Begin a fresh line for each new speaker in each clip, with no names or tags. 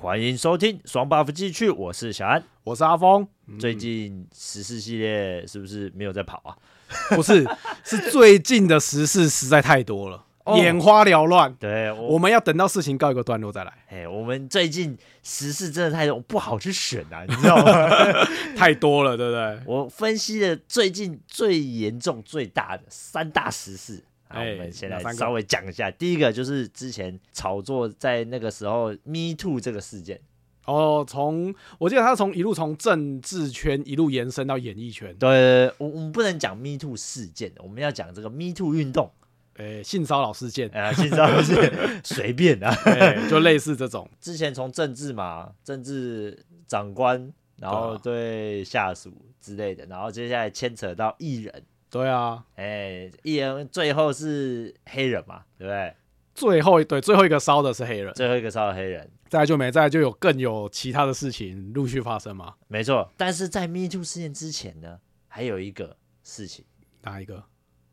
欢迎收听双 buff 继续，我是小安。
我是阿峰，
最近十四系列是不是没有在跑啊？
不是，是最近的时事实在太多了，
哦
眼花缭乱。
对我
我，们要等到事情告一个段落再来，
哎、我们最近时事真的太多，我不好去选啊， 你知道吗？
太多了，对不对？
我分析了最近最严重、最大的三大时事。好，
哎
我们先
哪
来
三个
稍微讲一下。第一个就是之前炒作在那个时候 “Me Too” 这个事件，
哦，从我记得他从一路从政治圈一路延伸到演艺圈，
对，我我们不能讲 “Me Too” 事件，我们要讲这个 “Me Too” 运动。
诶，性骚扰事 件，
啊，现在 是随便啊。
诶就类似这种，
之前从政治嘛，政治长官，然后对下属之类的，然后接下来牵扯到艺人，
对啊。
哎、艺人最后是黑人嘛，对不对？
最后一对最后一个烧的是黑人，
最后一个烧了黑人，
再来就没，再来就有更有其他的事情陆续发生嘛？
没错。但是在 Me Too 事件之前呢，还有一个事情，
哪一个？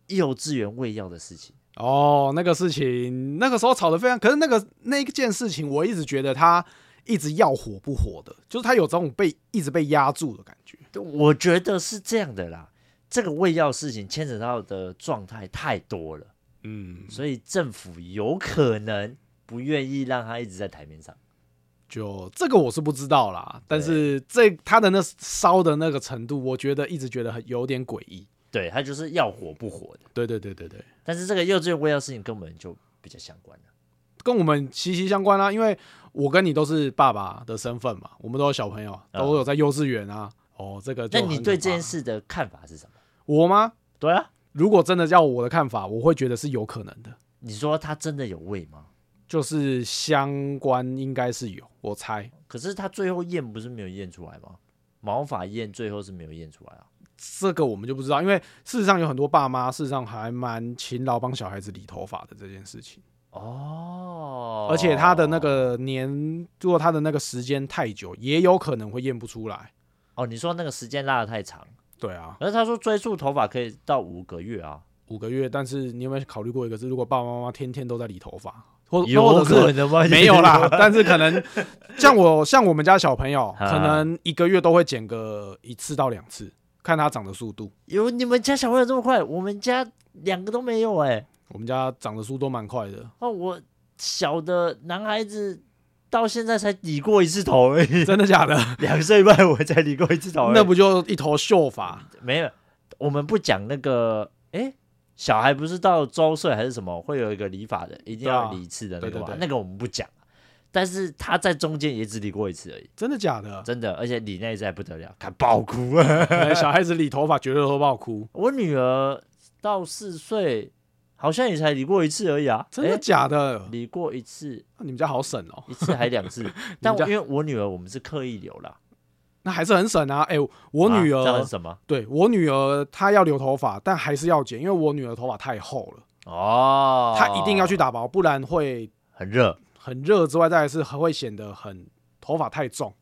幼稚园喂药的事情。
哦，那个事情，那个时候吵得非常，可是那个那一件事情，我一直觉得他一直要火不火的，就是他有这种被一直被压住的感觉。
我觉得是这样的啦，这个喂药事情牵扯到的状态太多了，
嗯，
所以政府有可能不愿意让他一直在台面上。
就这个我是不知道啦，但是这他的那烧的那个程度，我觉得一直觉得很有点诡异。
对他就是要火不火的。
对对对对对，
但是这个幼稚园喂药事情跟我们就比较相关了。
跟我们息息相关啦、因为我跟你都是爸爸的身份嘛，我们都有小朋友，都有在幼稚园啊。哦，这个就
那
很
你
可
对
怕
这件事的看法是什么？
我吗？
对啊，
如果真的要我的看法，我会觉得是有可能的。
你说他真的有喂吗？
就是相关应该是有，我猜
可是他最后验不是没有验出来吗？毛发验最后是没有验出来啊。
这个我们就不知道，因为事实上有很多爸妈事实上还蛮勤劳帮小孩子理头发的这件事情，
哦，
而且他的那个年，如果他的那个时间太久，也有可能会验不出来。
哦，你说那个时间拉的太长，
对啊，
可是他说追溯头发可以到五个月啊，
五个月，但是你有没有考虑过一个是，如果爸爸妈妈天天都在理头发，或
有
或 者
可
是
能吗？
没有啦， 但是可能像我像我们家小 朋友，
啊
可能一个月都会剪个一次到两次，看他长的速度。
有你们家小朋友这么快，我们家两个都没有哎、
我们家长的速度都蛮快的，
哦，我小的男孩子到现在才理过一次头而已，
真的假的？
两岁半我才理过一次头而已。
那不就一头秀发？
没有，我们不讲那个，诶，小孩不是到周岁还是什么，会有一个理发的，一定要
对啊
理一次的那个
对
嘛，
对对
那个我们不讲。但是他在中间也只理过一次而已，
真的假的？
真的，而且理那一次还不得了，看爆哭啊！
哎小孩子理头发绝对都不好哭，
我女儿到四岁，好像也才理过一次而已啊，
真的
诶
假的？
理过一次，
那你们家好省哦，
一次还两 次，但我
家
因为我女儿我们是刻意留啦，
那还是很省啊。哎、我女
啊这样
儿
是，什么？
对我女儿她要留头发，但还是要剪，因为我女儿头发太厚了，
哦，
她一定要去打薄，不然会
很热
很热之外，再来是还会显得很头发太重，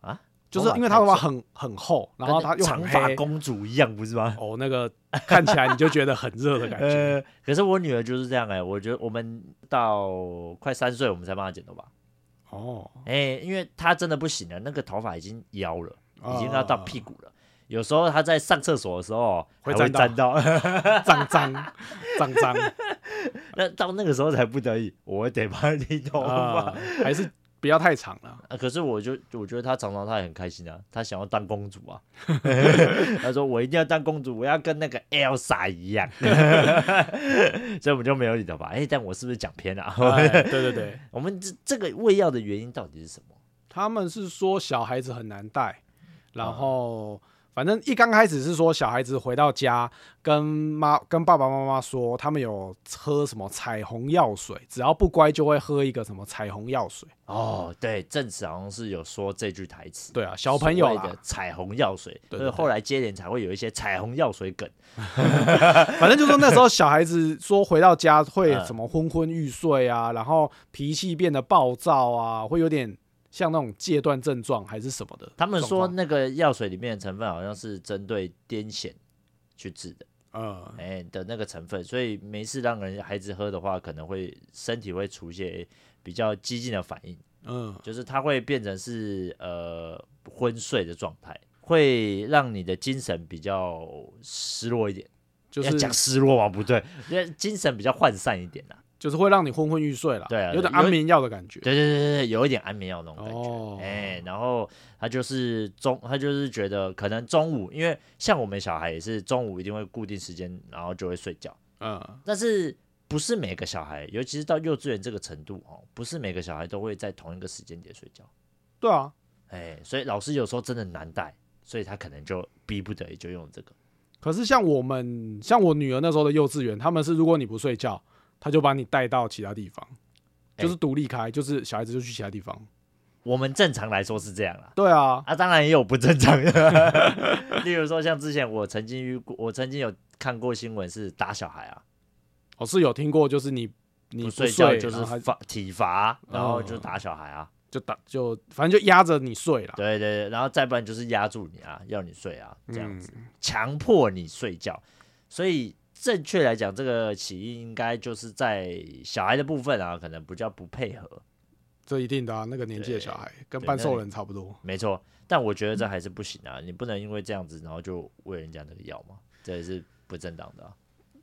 啊，
就是因为她头发很很厚，然后她
跟
又
长
很
发
黑，
公主一样，不是吗？
哦，那个看起来你就觉得很热的感觉。
呃，可是我女儿就是这样哎、我觉得我们到快三岁我们才帮她剪头发，
哦，
哎、因为她真的不行了，那个头发已经腰了，
哦
已经要到屁
股
股了。有时候她在上厕所的时候还
会
会
沾到
沾到，
脏脏脏脏。
那到那个时候才不得已，我得帮她理头发。
啊，还是不要太长 了。
啊，可是我就我觉得她常常她也很开心啊，她想要当公主 啊。她说我一定要当公主，我要跟那个 Elsa 一样。 所以我们就没有理头发。哎、但我是不是讲偏了、啊？
哎对对对，
我们这这个喂药的原因到底是什么？
他们是说小孩子很难带，然后反正一刚开始是说小孩子回到家跟妈跟爸爸妈妈说，他们有喝什么彩虹药水，只要不乖就会喝一个什么彩虹药水。
哦，对，正子好像是有说这句台词。
对啊，小朋友
所谓
啦
的，彩虹药水，
对对
所以后来接连才会有一些彩虹药水梗。
反正就说那时候小孩子说回到家会
嗯
什么昏昏欲睡啊，然后脾气变得暴躁啊，会有点像那种戒断症状还是什么的。
他们说
状况，
那个药水里面的成分好像是针对癫痫去治的，
嗯，
哎、的那个成分，所以没事让人孩子喝的话，可能会身体会出现比较激进的反应。
嗯，
就是它会变成是呃昏睡的状态，会让你的精神比较失落一点。
就
要
是
讲失落嘛，不对，因为精神比较涣散一点啦。
就是会让你昏昏欲睡了，
对啊
有点
有
安眠药的感觉。
对对对对对，有一点安眠药那种感觉。
哦，
哎、然后他就是中，他就是觉得可能中午，因为像我们小孩也是中午一定会固定时间，然后就会睡觉。
嗯，
但是不是每个小孩，尤其是到幼稚园这个程度哦，不是每个小孩都会在同一个时间点睡觉。
对啊，
哎、所以老师有时候真的难带，所以他可能就逼不得已就用这个。
可是像我们，像我女儿那时候的幼稚园，他们是如果你不睡觉，他就把你带到其他地方，
哎
就是独立开，就是小孩子就去其他地方。
我们正常来说是这样啦，
对啊，
啊，当然也有不正常的， 例如说像之前我曾经遇过，我曾经有看过新闻是打小孩啊，
我哦是有听过，就是你你
不
不
睡觉就
然
是
后他
罚体罚，然后就
哦
打小孩啊，
就打就反正就压着你睡了。
对对对，然后再不然就是压住你啊，要你睡啊，这样子
嗯
强迫你睡觉，所以。正确来讲，这个起因应该就是在小孩的部分啊，可能比较不配合，
这一定的啊，那个年纪的小孩跟
对
半
那
兽
你
人差不多。
没错。但我觉得这还是不行啊，你不能因为这样子，然后就喂人家那个药嘛，这也是不正当的、啊。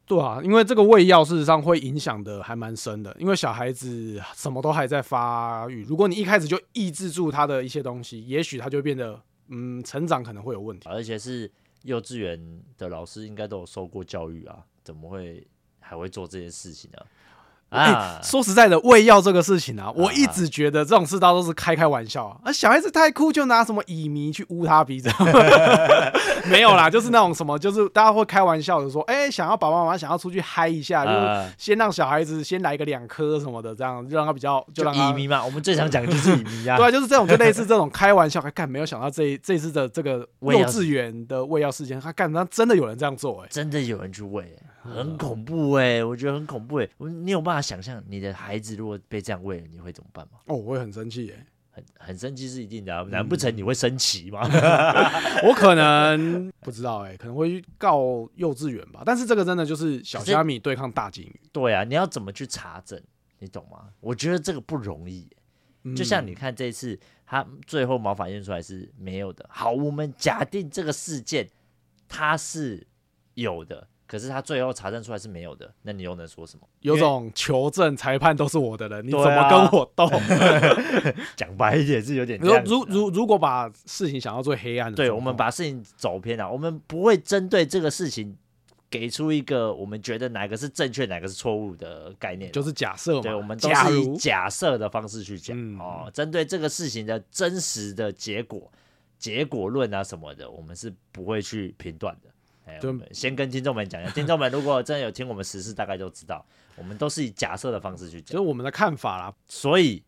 对啊，因为这个喂药事实上会影响的还蛮深的，因为小孩子什么都还在发育，如果你一开始就抑制住他的一些东西，也许他就会变得嗯，成长可能会有问题。
而且是幼稚园的老师应该都有受过教育啊，怎么会还会做这些事情呢、啊，
说实在的，喂药这个事情啊，我一直觉得这种事大都是开开玩笑啊。啊，小孩子太酷，就拿什么乙醚去捂他鼻子， 没有啦，就是那种什么，就是大家会开玩笑的说，哎、想要爸爸妈妈想要出去嗨一下，就是
啊
先让小孩子先来个两颗什么的，这样就让他比较
就
就让
乙
他
迷嘛，我们最常讲的就是乙迷 啊。
对啊，就是这种，就类似这种开玩笑。还哎干，没有想到这一这次的这个
喂药
幼稚园的喂药事件，他干，那真的有人这样做哎、
真的有人去喂、
嗯
很恐怖哎、我觉得很恐怖哎、我你有办法想象你的孩子如果被这样喂了，你会怎么办吗？
哦，我会很生气哎、
很很生气是一定的、
嗯
啊，难不成你会升旗 吗？
我 可能不知道哎、可能会去告幼稚园吧。但是这个真的就是小
可是
虾米对抗大金鱼，
对啊，你要怎么去查证？你懂吗？我觉得这个不容易、
嗯
就像你看这一次，他最后毛发验出来是没有的。好，我们假定这个事件它是有的，可是他最后查证出来是没有的，那你又能说什么？
有种求证裁判都是我的人，你怎
对啊
么跟我 斗？
讲白一点是有点
如
这样子啊
如如如果把事情想要最黑暗的状况，
对我们把事情走偏了，我们不会针对这个事情给出一个我们觉得哪个是正确，哪个是错误的概念。
就是假设嘛，
对，我们都
假
是以
如
假设的方式去讲、
嗯
哦，针对这个事情的真实的结果、结果论啊什么的，我们是不会去评断的。哎，
就
我们先跟听众们讲一下，听众们如果真的有听我们实事，大概就知道，我们都是以假设的方式去
就是
讲。
我们的看法啦，
所以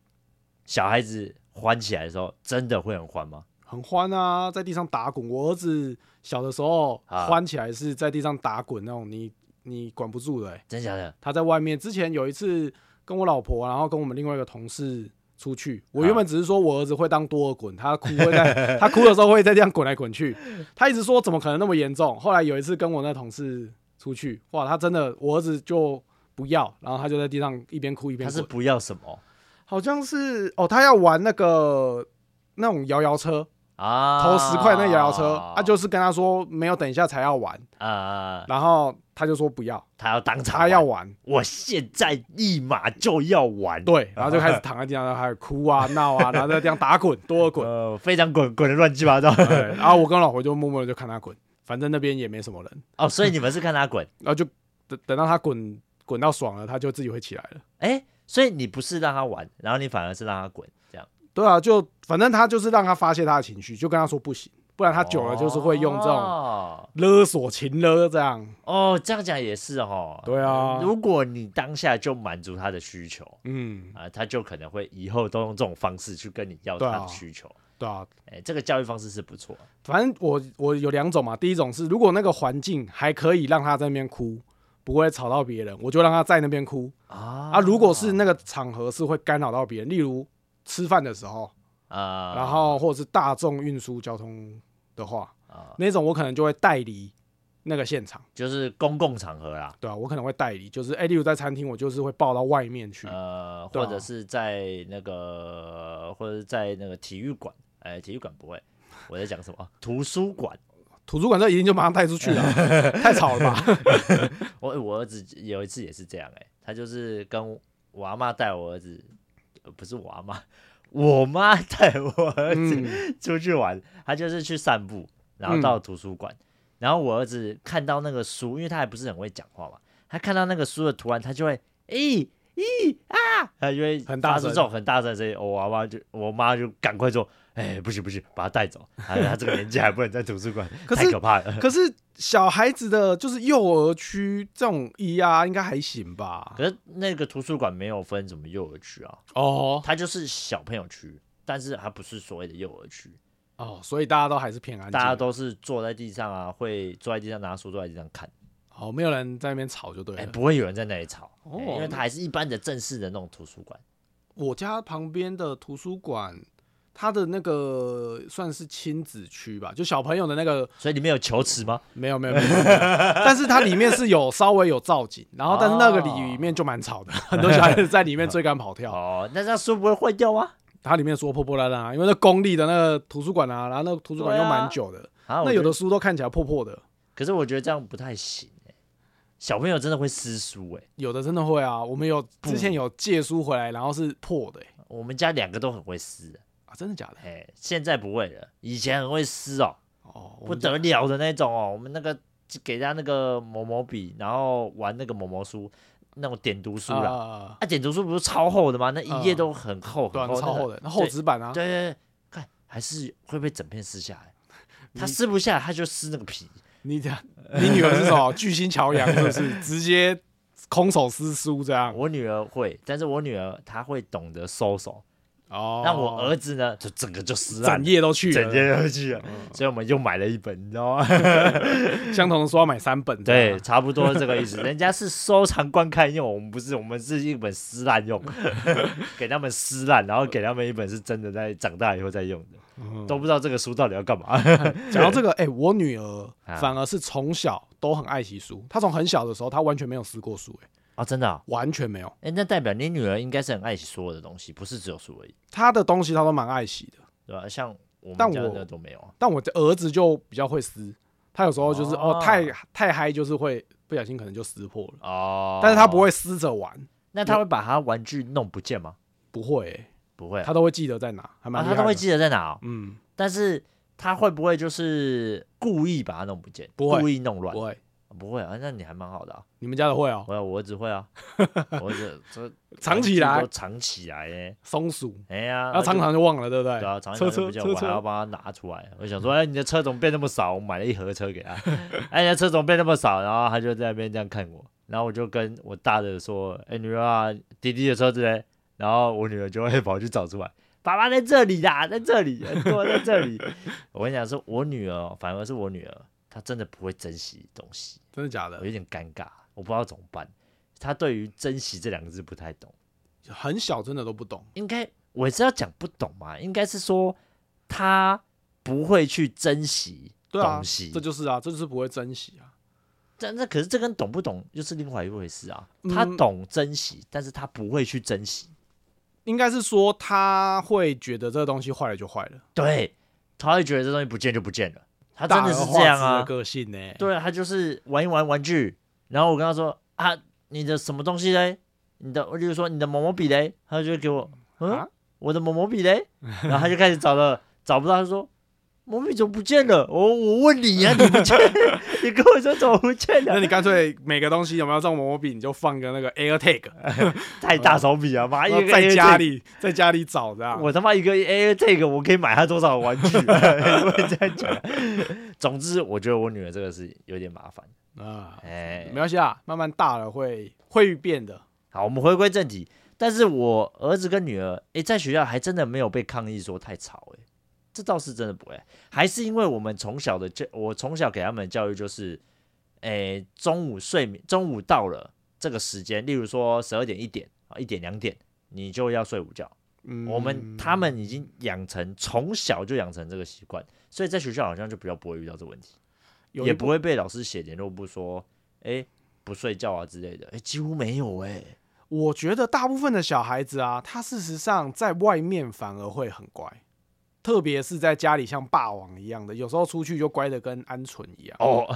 小孩子欢起来的时候，真的会很欢吗？
很欢啊，在地上打滚。我儿子小的时候
啊
欢起来是在地上打滚那种，你你管不住的、欸。
真假的？
他在外面之前有一次跟我老婆，然后跟我们另外一个同事出去，我原本只是说我儿子会当多尔滚，他哭 会在他哭的时候会在这样滚来滚去。他一直说怎么可能那么严重。后来有一次跟我那同事出去，哇，他真的我儿子就不要，然后他就在地上一边哭一边
他
滚
是。不要什么
好像是哦，他要玩那个那种摇摇车。
啊？
投十块那摇摇车，他、
就
就是跟他说没有，等一下才要玩，
啊，
然后他就说不要，
他要当场
他要
玩，
玩，
我现在立马就要玩。
对，然后就开始躺在地上，然后开始哭啊闹啊，然后在 地上打滚，多滚，
呃，非常滚滚的乱七八糟。
对然后我跟老婆就默默的就看他滚，反正那边也没什么人，
哦，所以你们是看他滚，
然后就等等到他滚滚到爽了，他就自己会起来了。
哎，所以你不是让他玩，然后你反而是让他滚，这样。
对啊，就反正他就是让他发泄他的情绪，就跟他说不行，不然他久了就是会用这种
哦，
勒索、情勒这样。
哦这样讲也是哦。
对啊
如果你当下就满足他的需求
嗯，
啊、他就可能会以后都用这种方式去跟你要
对
他
啊
的需求。
对啊，
哎、这个教育方式是不错。
反正我我有两种嘛，第一种是如果那个环境还可以让他在那边哭，不会吵到别人，我就让他在那边哭
啊
啊。如果是那个场合是会干扰到别人，例如吃饭的时候，
啊，
然后或者是大众运输交通的话，
啊
那种我可能就会带离，那个现场，
就是公共场合啦，
对啊，我可能会代理，就是哎、例如在餐厅，我就是会抱到外面去，
呃，
对
或
啊
者是在那个，或者是在那个体育馆，哎，体育馆不会，我在讲什 么？图书馆。
图书馆这一定就马上带出 去了，太吵了吧？
我我儿子有一次也是这样、哎，他就是跟我阿妈带我儿子，呃不是我阿妈，我妈带我儿子
嗯，
出去玩，他就是去散步，然后到图书馆，然后我儿子看到那个书，因为他还不是很会讲话嘛，他看到那个书的图案，他就会咦咦啊，他就会
很大
发出
声
这种很大声的声音。我妈妈就我妈就赶快说，哎、不行不行，把他带走，他他这个年纪还不能在图书馆，
可
太
是
可怕了。
可是小孩子的就是幼儿区这种 ER 应该还行吧？
可是那个图书馆没有分什么幼儿区啊，
哦
它就是小朋友区，但是它不是所谓的幼儿区，
哦，所以大家都还是偏安静，
大家都是坐在地上啊，会坐在地上拿书，坐在地上看。
哦，没有人在那边吵就对了。
哎、不会有人在那里吵，哎
哦
因为它还是一般的正式的那种图书馆。
我家旁边的图书馆，它的那个算是亲子区吧，就小朋友的那个
所以里面有球池吗？
没有没有没有，没有 但是它里面是有稍微有造景，然后但是那个里面就蛮吵的，很多小孩子在里面追赶跑跳，
哦，那那书不会坏啊掉吗？
它里面说破破烂烂啊，因为那公立的那个图书馆啊，然后那个图书馆又蛮久的，
啊，我
那
觉
有
得
的，书都看起来破破的，
可是我觉得这样不太行、哎，小朋友真的会撕书哎、
有的真的会啊，我们有
不
之前有借书回来，然后是破的、欸
我们家两个都很会撕，
啊，真的假的？
哎、现在不会了，以前很会撕哦，
哦，我
不
们家
得了的那种哦。我们那个就给他那个某某笔，然后玩那个某某书，那种点读书啦。
啊，
啊，点读书不是超厚的吗？那一页
嗯
都很厚，
对啊
很，厚，
超厚
的。
的，那厚纸板啊，
对对对，看还是会被整片撕下来。他撕不下来，他就撕那个皮。
你讲， 你女儿是什 么巨星乔洋，是不是？直接空手撕书这样？
我女儿会，但是我女儿她会懂得收手，
哦，
那我儿子呢，就整个就撕烂
整
了，
页都去
整
了，
页就去了。嗯啊所以我们又买了一本，你知道吗？
相同的书要买三本，
对，，差不多这个意思。人家是收藏观看用，我们不是，我们是一本撕烂 用，给他们撕烂，然后给他们一本是真的在长大以后再用的，都不知道这个书到底要干嘛。
讲到这个，哎，我女儿
啊
反而是从小都很爱惜书，她从很小的时候，她完全没有撕过书，哎，
哦，真的、哦，
完全没有，
哎，那代表你女儿应该是很爱惜所有的东西，不是只有书而已，
她的东西她都蛮爱惜的，
对吧？像我
但
们家
我
那都没有啊。
但我的儿子就比较会撕，他有时候就是
哦
哦，太太嗨，就是会不小心可能就撕破了，
哦，
但是他不，会撕着玩，
那他会把他玩具弄不见吗？
不会，
不会
哎
啊，
他都会记得在哪，还蛮
啊
厉
他
害
都会
的，
记得在哪、哦，
嗯，
但是他会不会就是故意把它弄不见，
不会
故意弄乱
不？会。
不会啊，那你还蛮好的啊。
你们家的会哦，
我我儿子会 啊，我儿子这
藏起来
玩具都藏起来耶，
松鼠，
哎呀，
然后常
就
常就忘了，对不对？
对啊，藏起
车
来就
车
不见，
车
我还要
车，
帮他拿出来。我想说，哎，你的车怎么变那么少？我买了一盒车给他，哎，你的车怎么变那么少？然后他就在那边这样看我，然后我就跟我大的说，哎，女儿啊，弟弟的车子嘞，然后我女儿就会跑去找出来。爸爸在这里啦，在这里，很多在这里。 我跟你讲，说我女儿，哦反而是我女儿，她真的不会珍惜东西。
真的假
我
的？
有点尴尬，我不知道怎么办。他对于“珍惜”这两个字不太懂，
很小真的都不懂，
应该我是要讲不懂嘛？应该是说他不会去珍惜
对啊
东西，，
这就是啊，这就是不会珍惜啊。
但那可是这跟懂不懂又是另外一回事啊。他
嗯
懂珍惜，但是他不会去珍惜，
应该是说他会觉得这个东西坏了就坏了，
对，他会觉得这东西不见就不见了。他真
大
的
而
是
化
这样
之的
啊，
个性呢、，
对，他就是玩一玩玩具，然后我跟他说啊，你的什么东西嘞？你的，我就说你的某某笔嘞，他就给我，嗯，
啊
我的某某笔嘞，然后他就开始找了，找不到，他说某某笔怎么不见了？我我问你 呀、你不见，你跟我说怎么不见
那
了？
你干脆每个东西有没有这种毛笔，你就放个那个 AirTag，
太大手笔了，妈，一
然后
个
在家
AirTag
里 啊在家里找这样。
我他妈一个 A 这个我可以买他多少玩具、 啊？我会这样讲。啊总之，我觉得我女儿这个是有点麻烦。
啊，
哎、
没关系啊，慢慢大了会会变的。
好，我们回归正题。但是我儿子跟女儿，诶，在学校还真的没有被抗议说太吵、诶，这倒是真的不会，还是因为我们从小的教，我从小给他们的教育就是，诶，中午睡眠，中午到了这个时间，例如说十二点一点啊，一点两点，你就要睡午觉。
嗯，
我们他们已经养成从小就养成这个习惯，所以在学校好像就比较不会遇到这问题。
有
也
一
不
部
会被老师写联络簿说，哎、不睡觉啊之类的，哎、几乎没有哎、
我觉得大部分的小孩子啊，他事实上在外面反而会很乖，特别是在家里像霸王一样的，有时候出去就乖的跟鹌鹑一样。
哦，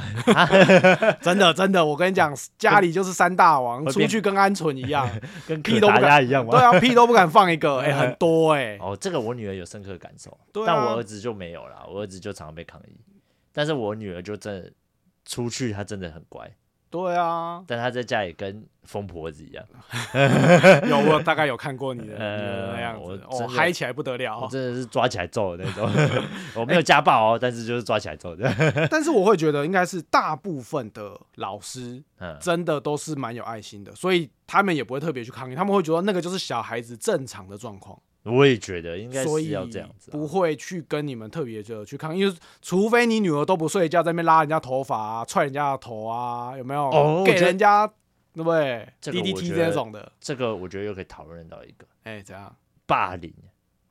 真的真的，我跟你讲，家里就是三大王，
会
出
变
去跟鹌鹑一样，
跟
屁
可
都不
达
敢
鸭一样
对
吗？
啊，屁都不敢放一个，哎、很 多哎、
哦，这个我女儿有深刻感受，
对啊
但我儿子就没有啦，我儿子就常常被抗议，但是我女儿就真的出去，她真的很乖，
对啊，
但她在家里跟疯婆子一样，
有我大概有看过你的、你的那样
呃我
子，
真
哦，
的
嗨起来不得了
我
哦。
真的是抓起来揍的那 种，我没有家暴哦，但是就是抓起来揍的，
但是我会觉得，应该是大部分的老师
嗯，
真的都是蛮有爱心的，所以他们也不会特别去抗议，他们会觉得那个就是小孩子正常的状况，
我也觉得应该
所
是
以
要这样子啊、
哎不会去跟你们特别的去抗议，因为除非你女儿都不睡觉，在那边拉人家头发啊、踹人家的头啊，有没有？
哦我
给
觉得
人家对不对
这个我
？DDT
觉得
这种的，
这个我觉得又可以讨论到一个
哎、怎样？
霸凌，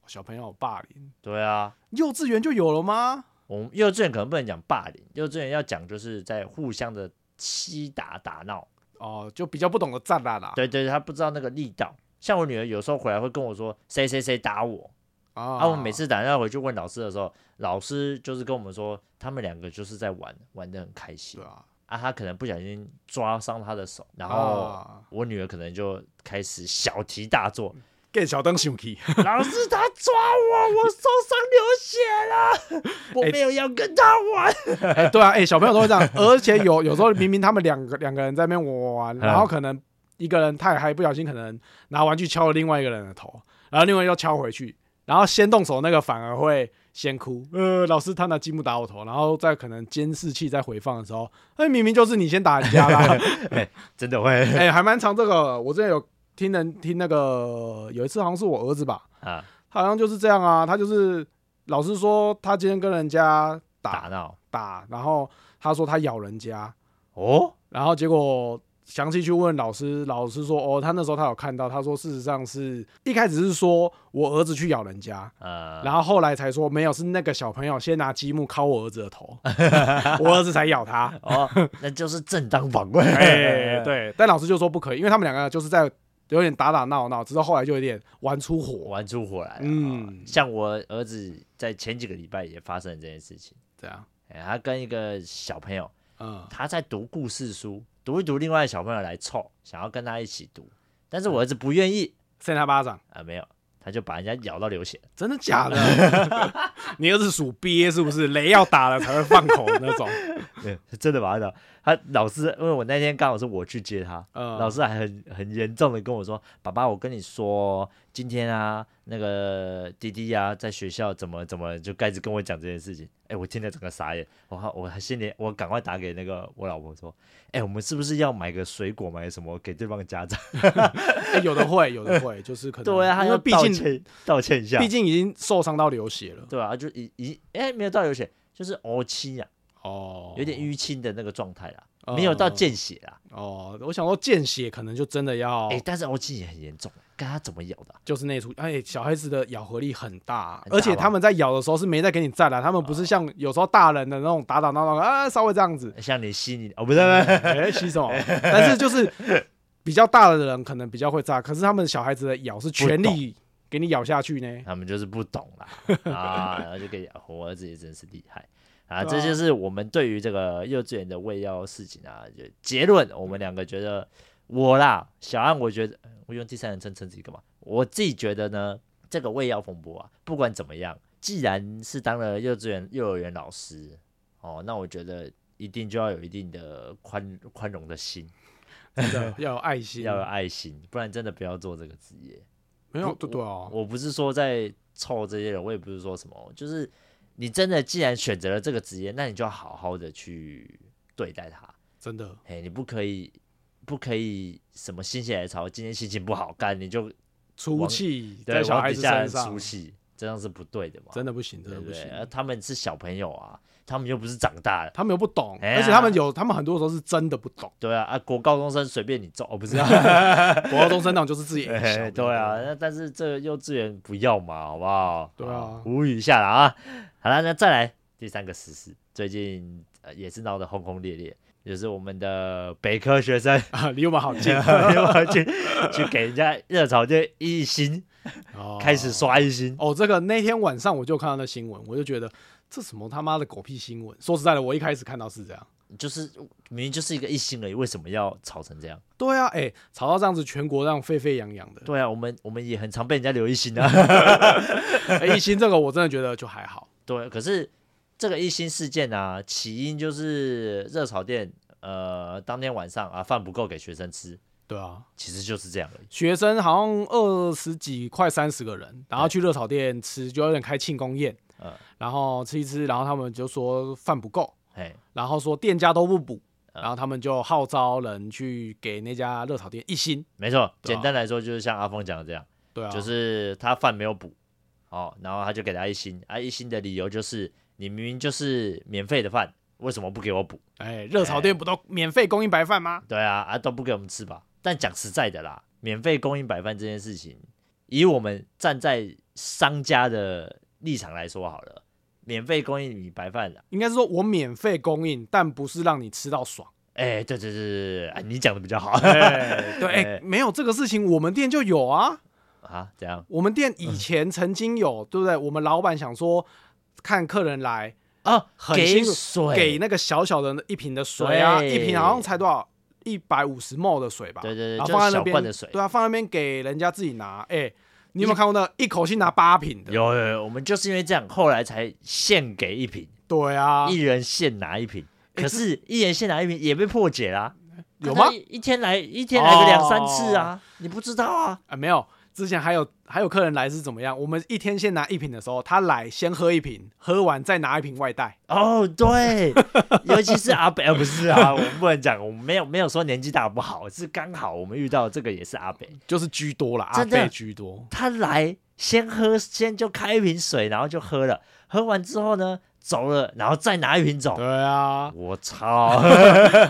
小朋友霸凌，
对啊，
幼稚园就有了吗？
我们幼稚园可能不能讲霸凌，幼稚园要讲就是在互相的欺打打闹。
哦、就比较不懂得站啦啦。
对对，他不知道那个力道。像我女儿有时候回来会跟我说谁谁谁打我，
啊
啊，我每次打电话回去问老师的时候，老师就是跟我们说他们两个就是在玩，玩的很开心
对啊，
啊，他可能不小心抓伤他的手，然后
啊
我女儿可能就开始小题大做，
给小灯生气，
老师他抓我，我受伤流血了，我
哎
没有要跟他玩，
哎、对啊，哎、小朋友都会这样，而且有有时候明明他们两个两个人在那边玩玩，然后可能一个人太嗨，不小心可能拿玩具敲了另外一个人的头，然后另外又敲回去，然后先动手那个反而会先哭，呃，老师他拿积木打我头，然后在可能监视器在回放的时候，哎、明明就是你先打人家啦，
真的会
哎、还蛮长这个，我之前有听人听那个有一次好像是我儿子吧，
啊，
他好像就是这样啊，他就是老师说他今天跟人家
打
打
闹
打，然后他说他咬人家。
哦，
然后结果详细去问老师，老师说哦，他那时候他有看到，他说事实上是一开始是说我儿子去咬人家，
呃，
然后后来才说没有，是那个小朋友先拿积木敲我儿子的头， 我儿子才咬他。
哦，那就是正当防卫。
哎，对，但老师就说不可以，因为他们两个就是在有点打打闹闹，直到后来就有点玩出火，
玩出火来了。
嗯
嗯，像我儿子在前几个礼拜也发生了这件事情。
这样，
哎，他跟一个小朋友，
嗯，
他在读故事书，读一读，另外的小朋友来凑，想要跟他一起读，但是我儿子不愿意
扇他巴掌，
啊，没有，他就把人家咬到流血。
真的假的？ 你儿子属鳖是不是？雷要打了才会放口的那种，
对，真的把他咬。他老师，因为我那天刚好是我去接他，
嗯，
老师还很很严重的跟我说：“爸爸，我跟你说，今天啊，那个弟弟啊，在学校怎么怎么就开始跟我讲这件事情。”哎，我听得整个傻眼，我还我还心里我赶快打给那个我老婆说：“哎，我们是不是要买个水果，买个什么给对方家 长
哎有的会，有的会，就是可？”能
对啊，他
因为
要
毕
道
竟
歉道歉一下
毕，竟已经受伤到流血了。
对啊，就一一哎没有到流血，就是哦青啊，
哦
有点淤青的那个状态啦，没有到
嗯
见血啦。
哦。我想说见血可能就真的要，
哎，但是哦青也很严重，看他怎么咬的啊。
就是内出。哎，小孩子的咬合力很大，啊
很大
而且
吧，
他们在咬的时候是没在给你站的，啊他们不是像有时候大人的那种打打闹闹啊，稍微这样子
像你吸你哦， 不是不是，
哎，吸什么？但是就是 比较大的人可能比较会炸，可是他们小孩子的咬是全力给你咬下去呢。
他们就是不懂 啦啊，然后就可以，我儿子也真是厉害啊！
对啊
这就是我们对于这个幼稚园的喂药事情啊，就结论，我
嗯
们两个觉得我啦，小安，我觉得我用第三人称称自己干嘛？我自己觉得呢，这个喂药风波啊，不管怎么样，既然是当了幼稚园、幼儿园老师哦，那我觉得一定就要有一定的宽宽容的心，
真 的要有爱心，
要有爱心，不然真的不要做这个职业。
没有对对哦，
我不是说在凑这些人，我也不是说什么，就是你真的既然选择了这个职业，那你就要好好的去对待它。
真的
哎，你不可以，不可以什么心血来潮，今天心情不好干，你就
出气
对
在小
往
孩
底
子
下
身
人
上
出，气，这样是不对的嘛？
真的不行，真
对
的
不
不
对？呃
行。
而他们是小朋友啊，他们又不是长大了。
他们又不懂，
哎呀
而且他们有，他们很多时候是真的不 懂。
对啊，啊，国高中生随便你揍，哦，不是啊，
国高中生那种就是自己影响
哎
的
对啊，，那但是这个幼稚园不要嘛，好不好？
对啊
无语一下了啊。好了，那再来第三个时事，最近呃也是闹得轰轰烈烈，就是我们的北科学 生
啊，离我们好 近，
去去给人家热炒店一星
哦
开始刷一星，
哦，这个那天晚上我就看到那新闻，我就觉得这什么他妈的狗屁新闻。说实在的，我一开始看到是这样。
就是明明就是一个一星而已，为什么要炒成这样？
对啊，哎、吵到这样子，全国让沸沸扬扬的。
对啊，我们我们也很常被人家留一星啊。
哎、一星这个我真的觉得就还好。
对，可是这个一星事件啊，起因就是热炒店呃当天晚上啊饭不够给学生吃，
对啊，
其实就是这样而已。
学生好像二十几、快三十个人，然后去热炒店吃，就有点开庆功宴，
嗯
然后吃一吃，然后他们就说饭不够，
哎，
然后说店家都不补，
嗯
然后他们就号召人去给那家热炒店一星。
没错，
对啊
简单来说就是像阿峰讲的这样，
对啊，
就是他饭没有补，哦，然后他就给他一星，啊一星的理由就是你明明就是免费的饭，为什么不给我补？
哎，热炒店不都免费供应白饭吗？
对啊，啊都不给我们吃吧。但讲实在的啦，免费供应白饭这件事情，以我们站在商家的立场来说好了，免费供应你白饭，
应该是说我免费供应，但不是让你吃到爽。
哎，对对对对对，啊你讲的比较好
哎，对，哎
哎，
没有这个事情，我们店就有啊。
啊，怎样？
我们店以
嗯
前曾经有，对不对？我们老板想说，看客人来，
啊，
哦很
给
辛苦
水，
给那个小小的一瓶的水啊，
对
一瓶好像才多少一百五十 ml 的水吧？
对对对
然后
就是
放在那
小
边
罐的水
对啊，放在那边给人家自己拿。哎、你有没有看过那个一口气拿八瓶的？
有有有，我们就是因为这样，后来才现给一瓶，
对啊，
一人限拿一瓶。可是，一人限拿一瓶也被破解啦、
有
可
吗
他？一一天来一天来个两三次
哦
啊，你不知道啊？
啊，没有。之前还有还有客人来是怎么样？我们一天先拿一瓶的时候，他来先喝一瓶，喝完再拿一瓶外带。
哦， 对，尤其是阿北，呃不是啊，我们不能讲，我们没有没有说年纪大不好，是刚好我们遇到这个也是阿北，
就是居多啦，阿
真的
贝居多。
他来先喝，先就开一瓶水，然后就喝了，喝完之后呢，走了，然后再拿一瓶走
对。 啊，
我操！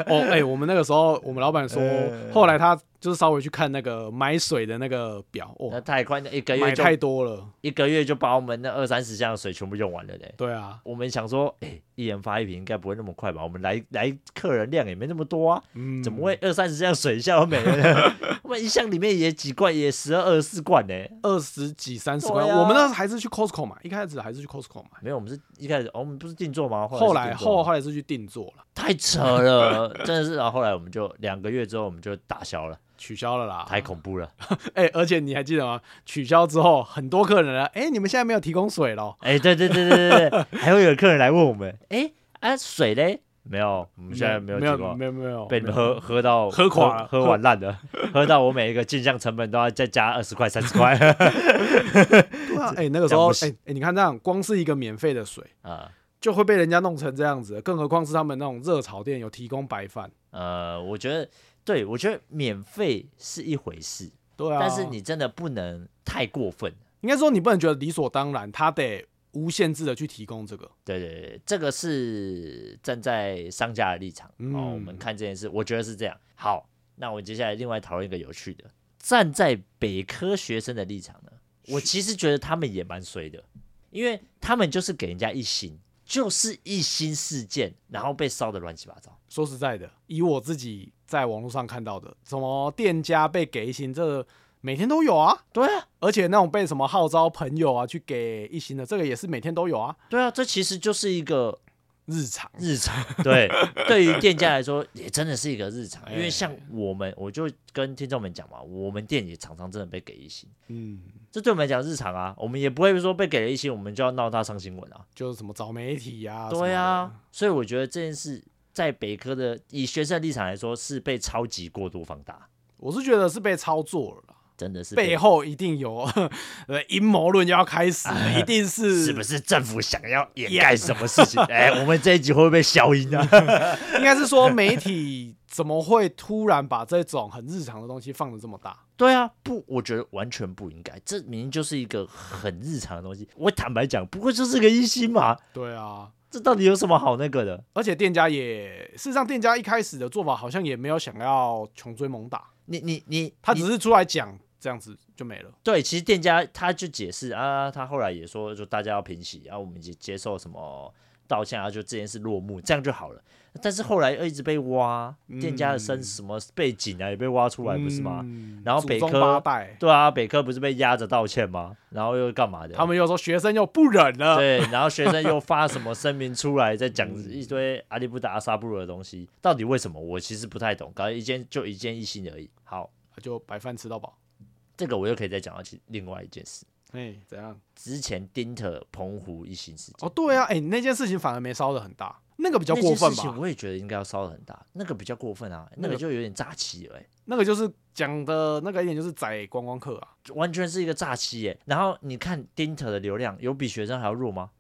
哦，哎、我们那个时候，我们老板说，
呃
后来他就是稍微去看那个买水的那个表，
那
哦，
太快，那一个月
买
就
太多了。
一个月就把我们那二三十箱的水全部用完了嘞。
对啊，
我们想说，哎、一人发一瓶，应该不会那么快吧？我们来来客人量也没那么多啊，
嗯，
怎么会二三十箱水一下都没了 呢？我们一箱里面也几罐，也十二二十四罐呢、
二十几、三十块？
对啊
我们那还是去 Costco 买，一开始还是去 Costco 买，
没有，我们是一开始，哦、我们不是定做吗？
后
来
来
是定做
后
吗
后来是去定做了，
太扯了，真的是。然后后来我们就两个月之后我们就打消了，
取消了啦。
太恐怖了。
哎、而且你还记得吗？取消之后，很多客人来，哎、你们现在没有提供水咯。
哎、对对对对对对，还会有客人来问我们，哎、啊水嘞？没有，我们现在没有
没
提
有
供。
没有没有
被你们喝喝到
喝垮了
喝完烂 了，喝到我每一个进项成本都要再加二十块、三十 块
对啊，哎、那个时
这样
候，
不
哎、
行
哎、你看这样，光是一个免费的水。
啊。
就会被人家弄成这样子，更何况是他们那种热炒店有提供白饭。
呃，我觉得，对我觉得免费是一回事，
对啊，
但是你真的不能太过分。
应该说你不能觉得理所当然，他得无限制的去提供这个。
对对对，这个是站在商家的立场、哦，我们
嗯
看这件事，我觉得是这样。好，那我接下来另外讨论一个有趣的，站在北科学生的立场呢，我其实觉得他们也蛮衰的，因为他们就是给人家一星，就是一星事件，然后被烧的乱七八糟。
说实在的，以我自己在网络上看到的，什么店家被给一星，这每天都有啊。
对啊，
而且那种被什么号召朋友啊去给一星的，这个也是每天都有啊，
对啊，这其实就是一个
日常。
日常。 对，对于店家来说，也真的是一个日常。因为像我们，我就跟听众们讲嘛，我们店也常常真的被给一星，
嗯，
这对我们来讲日常啊，我们也不会说被给了一星，我们就要闹他上新闻啊。
就是什么找媒体呀、
对
啊
啊，，所以我觉得这件事在北科的以学生的立场来说，是被超级过度放大，
我是觉得是被操作了啦。
真的是
背后一定有 呃阴谋论要开始了，一定
呃是不是政府想要掩盖什么事 情？哎、我们这一集会不会被消音啊？
应该是说媒体怎么会突然把这种很日常的东西放的这么 大？
对啊，不，我觉得完全不应该。这明明就是一个很日常的东西。我坦白讲，不过就是个一星嘛，
对啊，
这到底有什么好那个的？
而且店家也，事实上店家一开始的做法好像也没有想要穷追猛打，
你你你，
他
你
只是出来讲这样子就没了。
对，其实啊店家他就解释啊，他后来也说，就大家要平息，然、后我们也接受什么道歉，然后就这件事落幕，这样就好了。但是后来又一直被挖，店家的身
嗯
什么背景啊也被挖出来，不是吗？
嗯
然后
祖
北
宗
科
八代，
对啊，北科不是被压着道歉吗？然后又干嘛的？
他们又说学生又不忍了，
对，然后学生又发什么声明出来，在讲
嗯
一堆阿里不达阿萨布鲁的东西，到底为什么？我其实不太懂，搞一件就一件一星而已。好，
就白饭吃到饱。
这个我又可以再讲到其另外一件事，
哎，怎样？
之前丁特澎湖一星事件，
哦，对啊，哎，那件事情反而没烧的很大，那个
比
比较过分吧？
我也觉得应该要烧的很大，那个比较过分啊，
那
那
个
个就有点诈欺了、欸。
那个就是讲的那个一点就是宰观光客啊，
完全是一个诈欺耶、然后你看丁特的流量有比学生还要弱吗？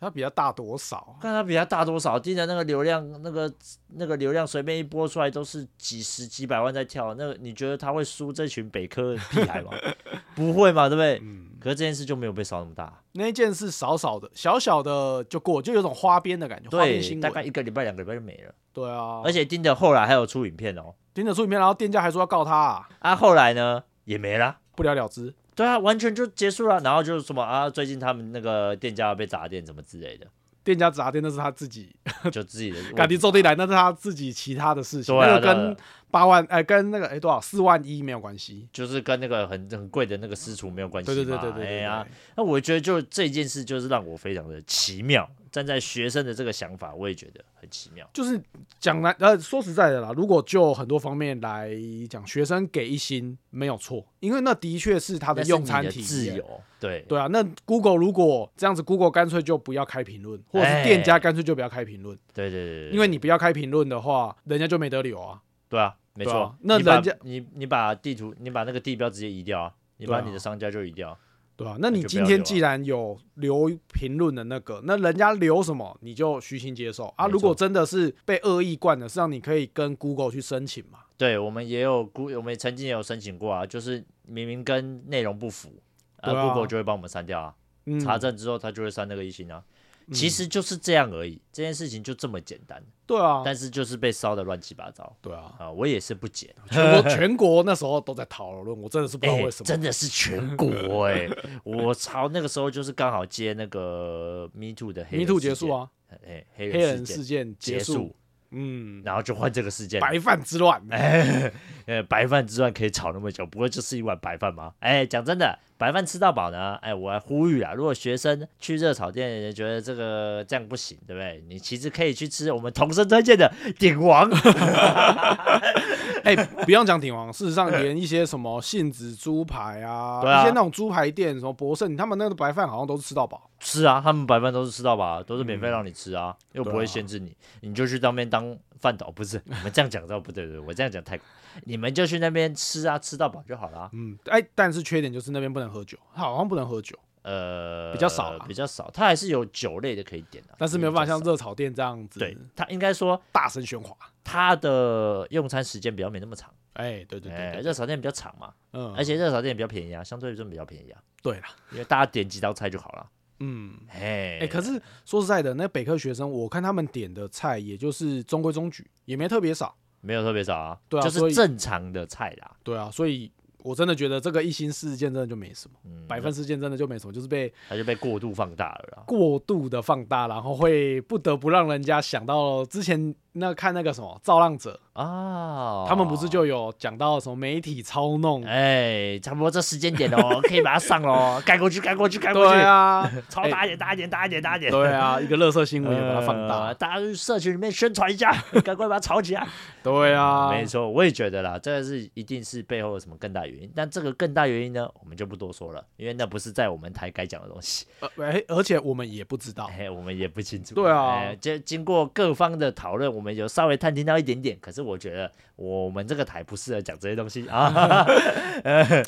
他比较大多少啊？
看他比他大多少，盯着那个流量，那个那个流量随便一播出来都是几十几百万在跳，那个你觉得他会输这群北科的屁 孩吗？不会嘛，对不对？
嗯，
可是这件事就没有被烧那么大，
那件事少少的、小小的就过，就有种花边的感觉，花边
对，
新
大概
闻。
一个礼拜、两个礼拜就没了。
对啊，
而且盯着后来还有出影片哦，
盯着出里面，然后店家还说要告他、啊，
啊，后来呢也没啦。
不了了之。
对啊，完全就结束了，然后就是什么啊，最近他们那个店家被砸店什么之类的，
店家砸店那是他自己，
就自己的问
赶
题
紧做地来那是他自己其他的事情，
对啊
那个
对啊
跟八万哎、跟那个哎、多少四万一没有关系。
就是跟那个很很贵的那个私厨没有关系
对
嘛。
对对对对
哎
对
呀、
啊，
那我觉得就这件事，就是让我非常的奇妙。站在学生的这个想法，我也觉得很奇妙。
就是讲来呃说实在的啦，如果就很多方面来讲，学生给一星没有错，因为那的确是他
但是
用
你
餐
的
体
自
验。
由，对
对啊，那 Google 如果这样子，Google 干脆就不要开评论，或者是店家
哎
干脆就不要开评论，
对对对对，
因为你不要开评论的话，人家就没得留啊。
对啊，没
对
错。
啊那
你把
人家
你你把地图，你把那个地标直接移掉啊，你把
对啊
你的商家就移掉。
对啊，那
那
你
就不
今
要
天
留啊
既然有留评论的那个，那人家留什么你就虚心接受啊。
没
如果
错
真的是被恶意灌的，是让你可以跟 Google 去申请嘛。
对我们也有估，我们曾经也有申请过啊，就是明明跟内容不符，
对啊
Google 就会帮我们删掉啊。
嗯，
查证之后，他就会删那个一星啊。其实就是这样而已，这件事情就这么简单，
对啊，
但是就是被烧的乱七八糟
对啊，
啊、我也是不解。哎
全国全国那时候都在讨论，我真的是不知道为什么。
真的是全 国哎、我操，那个时候就是刚好接那个 Me Too 的黑人
Me Too 结束啊，
事件，哎、黑
黑人
人事
事
件
件
结
结束，嗯，
然后就换这个事件，
白饭之乱，
呃，白饭之乱可以炒那么久，不过就是一碗白饭吗？哎、讲真的，白饭吃到饱呢，哎、我还呼吁啊，如果学生去热炒店也觉得这个这样不行，对不对？你其实可以去吃我们童生推荐的鼎王，
哎、不用讲鼎王，事实上连一些什么杏子猪排啊，
对啊
一些那种猪排店，什么博胜，他们那个白饭好像都是吃到饱。
吃啊，他们白饭都是吃到饱，啊都是免费让你吃啊，又不
嗯对啊
会限制你，你就去当面当饭岛，不是？你们这样讲到不对，不对，我这样讲太，你们就去那边吃啊，吃到饱就好啦。
嗯，哎、但是缺点就是那边不能喝酒，它好像不能喝酒，
呃，
比较少啦
比较少，它还是有酒类的可以点的、
但是没有办法像
比较少
热炒店这样子
对，它应该说
大声喧哗。
它的用餐时间比较没那么长，
哎、对对对
哎
对，
热炒店比较长嘛，
嗯，
而且热炒店比较便宜啊，相对就比较便宜啊，
对啦，
因为大家点几道菜就好了。
嗯，
哎、
哎、可是说实在的，那北科学生，我看他们点的菜也就是中规中矩，也没特别少。
没有特别少啊，
对啊
就
所
是
以
正常的菜啦。
对啊，所以我真的觉得这个一星事件真的就没什么，
嗯，
白饭事件真的就没什么，就是被
它就被过度放大了啦。
过度的放大，然后会不得不让人家想到之前那看那个什么《造浪者》，
啊，
他们不是就有讲到什么媒体操弄？
哎，差不多这时间点 哦，可以把它上喽，盖过去，盖过去，盖过去，
对啊，
超大一点，大一点，大一点，大一点。
对啊，一个乐色新闻也把它放
呃
大，
大家去社群里面宣传一下， 赶快把它炒起来。
对啊，
嗯没错，我也觉得啦，这个是一定是背后有什么更大原因，但这个更大原因呢，我们就不多说了，因为那不是在我们台该讲的东西，
呃哎，而且我们也不知道，
哎，我们也不清楚。
哦对啊
哎这经过各方的讨论，我们有稍微探听到一点点，可是我觉得我们这个台不适合讲这些东西啊。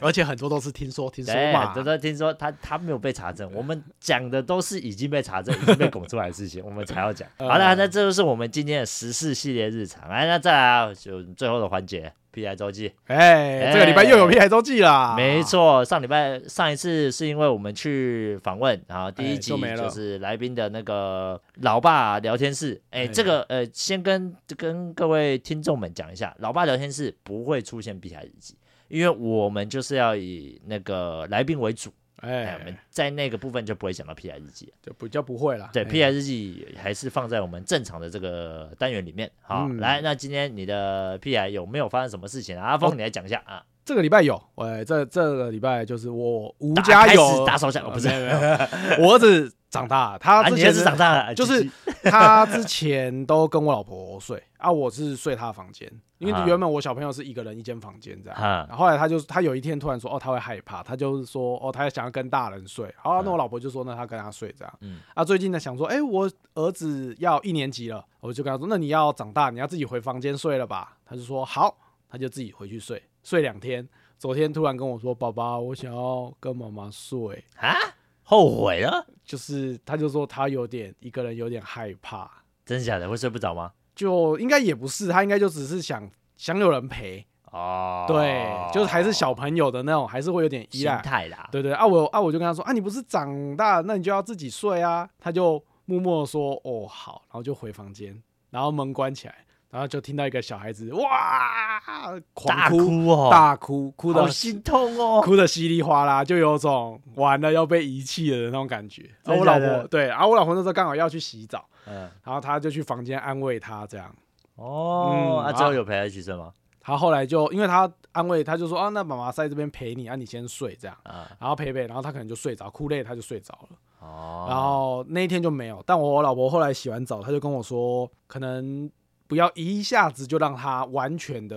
而且很多都是听说听 说
对，
嘛
多，多听说他他没有被查证，我们讲的都是已经被查证、已经被拱出来的事情，我们才 要讲。好
呃
了，那这就是我们今天的时事系列日常。哎，那再来啊，就最后的环节 P I 周记。
哎，这个礼拜又有屁孩周记啦，
没，错，上礼拜上一次是因为我们去访问，然后第
哎
一集
就没了
就是来宾的那个老爸聊天室。哎，
哎
这个呃，先跟跟各位听众们讲一下，老爸聊天室不会出现 P I 日记，因为我们就是要以那个来宾为主。哎，
哎
我，们在那个部分就不会想到 P I 日记。
就比较不会了。
对
哎
，P I 日记还是放在我们正常的这个单元里面。好，
嗯
来，那今天你的 P I 有没有发生什么事情啊？阿
哦
峰，你来讲一下啊。
这个礼拜有，哎，这这个礼拜就是我吴
打
家
开
有
始打手枪
呃
哦不是
没有没有我儿子长大，他
啊，
之
你
前
儿子长大了，
就
鸡
是
鸡
他之前都跟我老婆睡啊，我是睡他的房间，因为
啊
原本我小朋友是一个人一间房间这样。
啊
然后后来他就他有一天突然说，哦，他会害怕，他就是说，哦，他想要跟大人睡。好、啊，那我老婆就说，那他跟他睡这样。
嗯
啊，最近呢想说，哎，我儿子要一年级了，我就跟他说，那你要长大，你要自己回房间睡了吧？他就说好，他就自己回去睡，睡两天。昨天突然跟我说，爸爸，我想要跟妈妈睡，
啊，后悔了，
就是他就说他有点一个人有点害怕。
真的假的？会睡不着吗？
就应该也不是，他应该就只是想想有人陪，
哦，
对，就是还是小朋友的那种，还是会有点依
心
赖，
态啦。
对对啊我啊我就跟他说啊，你不是长大，那你就要自己睡啊，他就默默地说哦好，然后就回房间，然后门关起来，然后就听到一个小孩子哇
大
狂哭
哭哦，
大哭哭
好
的
心痛哦。
哭的稀里哗啦，就有种完了要被遗弃了的那种感觉。然后我
真的假
老
的
婆对，然后我老婆那时候刚好要去洗澡，
嗯，
然后她就去房间安慰他这样。
哦，
嗯
啊，之后有陪他一起睡吗？
他后来就因为他安慰，他就说啊，那妈妈在这边陪你，啊，你先睡这样，
啊，
然后陪陪，然后他可能就睡着，哭累他就睡着了，
哦，
然后那一天就没有。但我老婆后来洗完澡，她就跟我说，可能不要一下子就让他完全的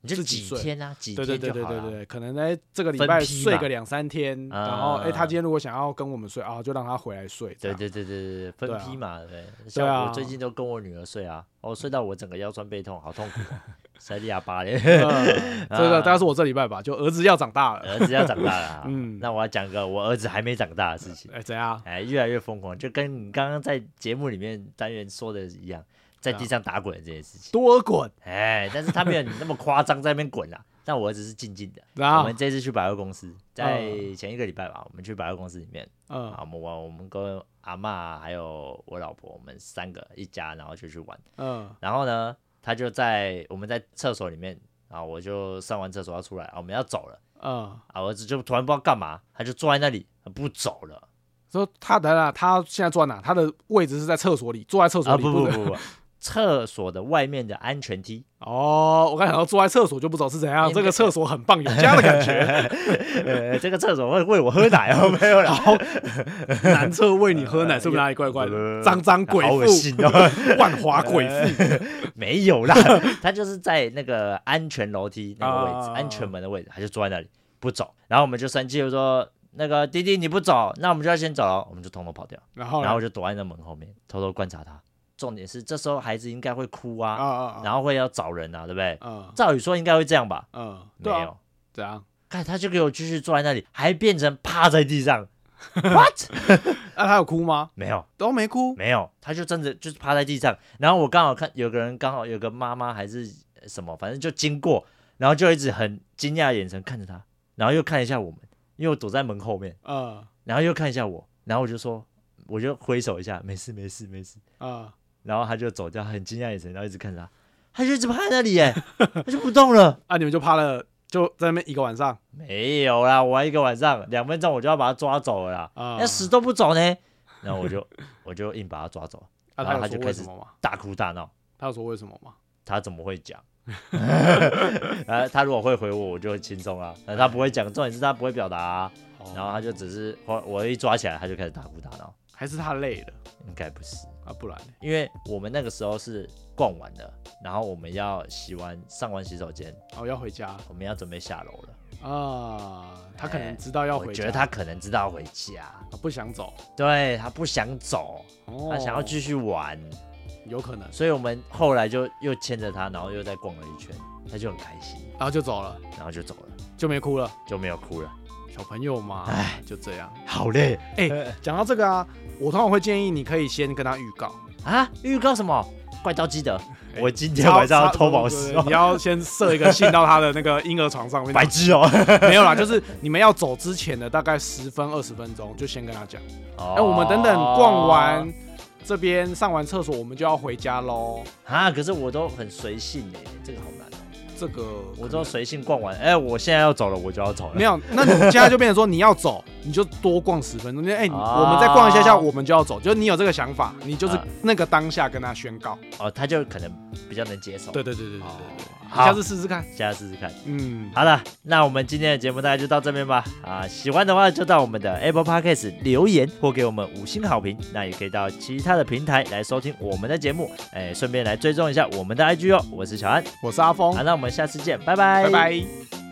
你就
自己
几
睡。
天啊，几
对对
天
对
就
对
好
对
了。
对，可能哎这个礼
分
拜
批
睡
嘛啊
个两三天，然后哎他今天如果想要跟我们睡啊，就让他回来睡这
对
样。
对对对对，分
对啊
批嘛，对不对。
对
像
啊
我最近都跟我女儿睡啊，我睡到我整个腰酸背痛，好痛苦 哦，塞利亚巴嘞。
嗯这
啊
个大概是我这礼拜吧，就儿子要长大了，
儿子要长大了啊，
嗯
那我要讲个我儿子还没长大的事情。
哎怎样？
哎，越来越疯狂，就跟你刚刚在节目里面单元说的一样，在地上打滚这件事情。
多滚，
哎，但是他没有你那么夸张，在那边滚啦。但我儿子是静静的。
然
我
后
们这次去百货公司，在
啊嗯
前一个礼拜吧，我们去百货公司里面，
嗯
啊，我们玩，我们跟阿嬷还有我老婆，我们三个一家，然后就去玩。
嗯
然后呢，他就在我们在厕所里面啊，我就上完厕所要出来啊，我们要走了
嗯。
啊，我儿子就突然不知道干嘛，他就坐在那里不走了。
说他等等，他现在坐在哪？他的位置是在厕所里，坐在厕所
啊，
里。
不不
是
不 不，厕所的外面的安全梯，
哦，我刚想到坐在厕所就不走是 怎样？
应该
这个厕所很棒，有家的感觉。
呃，这个厕所会喂我喝奶哦，没有啦，好
男厕喂你喝奶，是不是哪里怪怪的？脏脏鬼
呃好恶
妇，
心 哦。
万华 鬼妇。
没有啦，他就是在那个安全楼梯那个位置，
啊
安全门的位置，他就坐在那里不走。然后我们就生气，就说那个弟弟你不走，那我们就要先走
哦
了，我们就通通跑掉。
然后呢，
然后我就躲在那门后面偷偷观察他。重点是这时候孩子应该会哭
啊
啊，
啊
然后会要找人啊，对不对？
啊，嗯
照理说应该会这样吧？
嗯，
没
对啊，
有，
怎样？
看他就给我继续坐在那里，还变成趴在地上。What？
那他有哭吗？
没有，
都没哭。
没有，他就真的就是趴在地上，然后我刚好看有个人刚好有个妈妈还是呃什么，反正就经过，然后就一直很惊讶的眼神看着他，然后又看一下我们，因为我躲在门后面，
嗯
然后又看一下我，然后我就说我就挥手一下，没事没事没事，
嗯，
然后他就走掉，很惊讶的眼神，然后一直看着他，他就一直趴在那里耶， 他就不动了。
啊，你们就趴了，就在那边一个晚上
没有啦，我玩一个晚上，两分钟我就要把他抓走了啦，
啊。
那死都不走呢，然后我就我就硬把他抓走，
啊，
然后
他
他
有
就
说
开
为
始
什么吗？
大哭大闹。
他有说为什么吗？
他怎么会讲？ 呃，他如果会回我，我就会轻松啊。但他不会讲，重点是他不会表达啊、
哦
然后他就只是我我一抓起来，他就开始大哭大闹。
还是他累了
应该不是，
啊，不然呢
因为我们那个时候是逛完了，然后我们要洗完上完洗手间，
哦要回家
我们要准备下楼了。
啊，他可
哎
能知道要
我
回
觉
家
得。他可能知道回家，
啊，不想走，
对他不想走，
哦
他想要继续玩，
有可能，
所以我们后来就又牵着他，然后又再逛了一圈，他就很开心，
然后就走了，
然后就走了，
就没哭了。
就没有哭了。
小朋友嘛，
唉，
就这样。
好累
哎、讲到这个啊，我通常会建议你可以先跟他预告，
啊！预告什么？怪盗基德，
哎
我今天晚上要偷宝
对
石
对对你
哦，
要先设一个信到他的那个婴儿床上面。
白痴哦！
没有啦，就是你们要走之前的大概十分二十分钟，就先跟他讲。 哎、
哎
我们等等逛
哦
完这边上完厕所，我们就要回家喽。
啊，可是我都很随性哎，这个好难哦。
这个
我都随性逛完，哎、我现在要走了，我就要走了。
没有，那你现在就变成说你要走， 你就多逛十分钟。就哎、你
啊
我们再逛一下下，我们就要走。就是你有这个想法，你就是
啊
那个当下跟他宣告。
哦，他就可能比较能接受。
对对对对对
哦
对对，你
好
下次试试看。
下次试试看。
嗯，
好了，那我们今天的节目大概就到这边吧。啊，喜欢的话就到我们的 Apple Podcast 留言或给我们五星好评，那也可以到其他的平台来收听我们的节目，哎，顺便来追踪一下我们的 IG 哦。我是小安，
我是阿峰
好，，那我们下次见，拜
拜拜。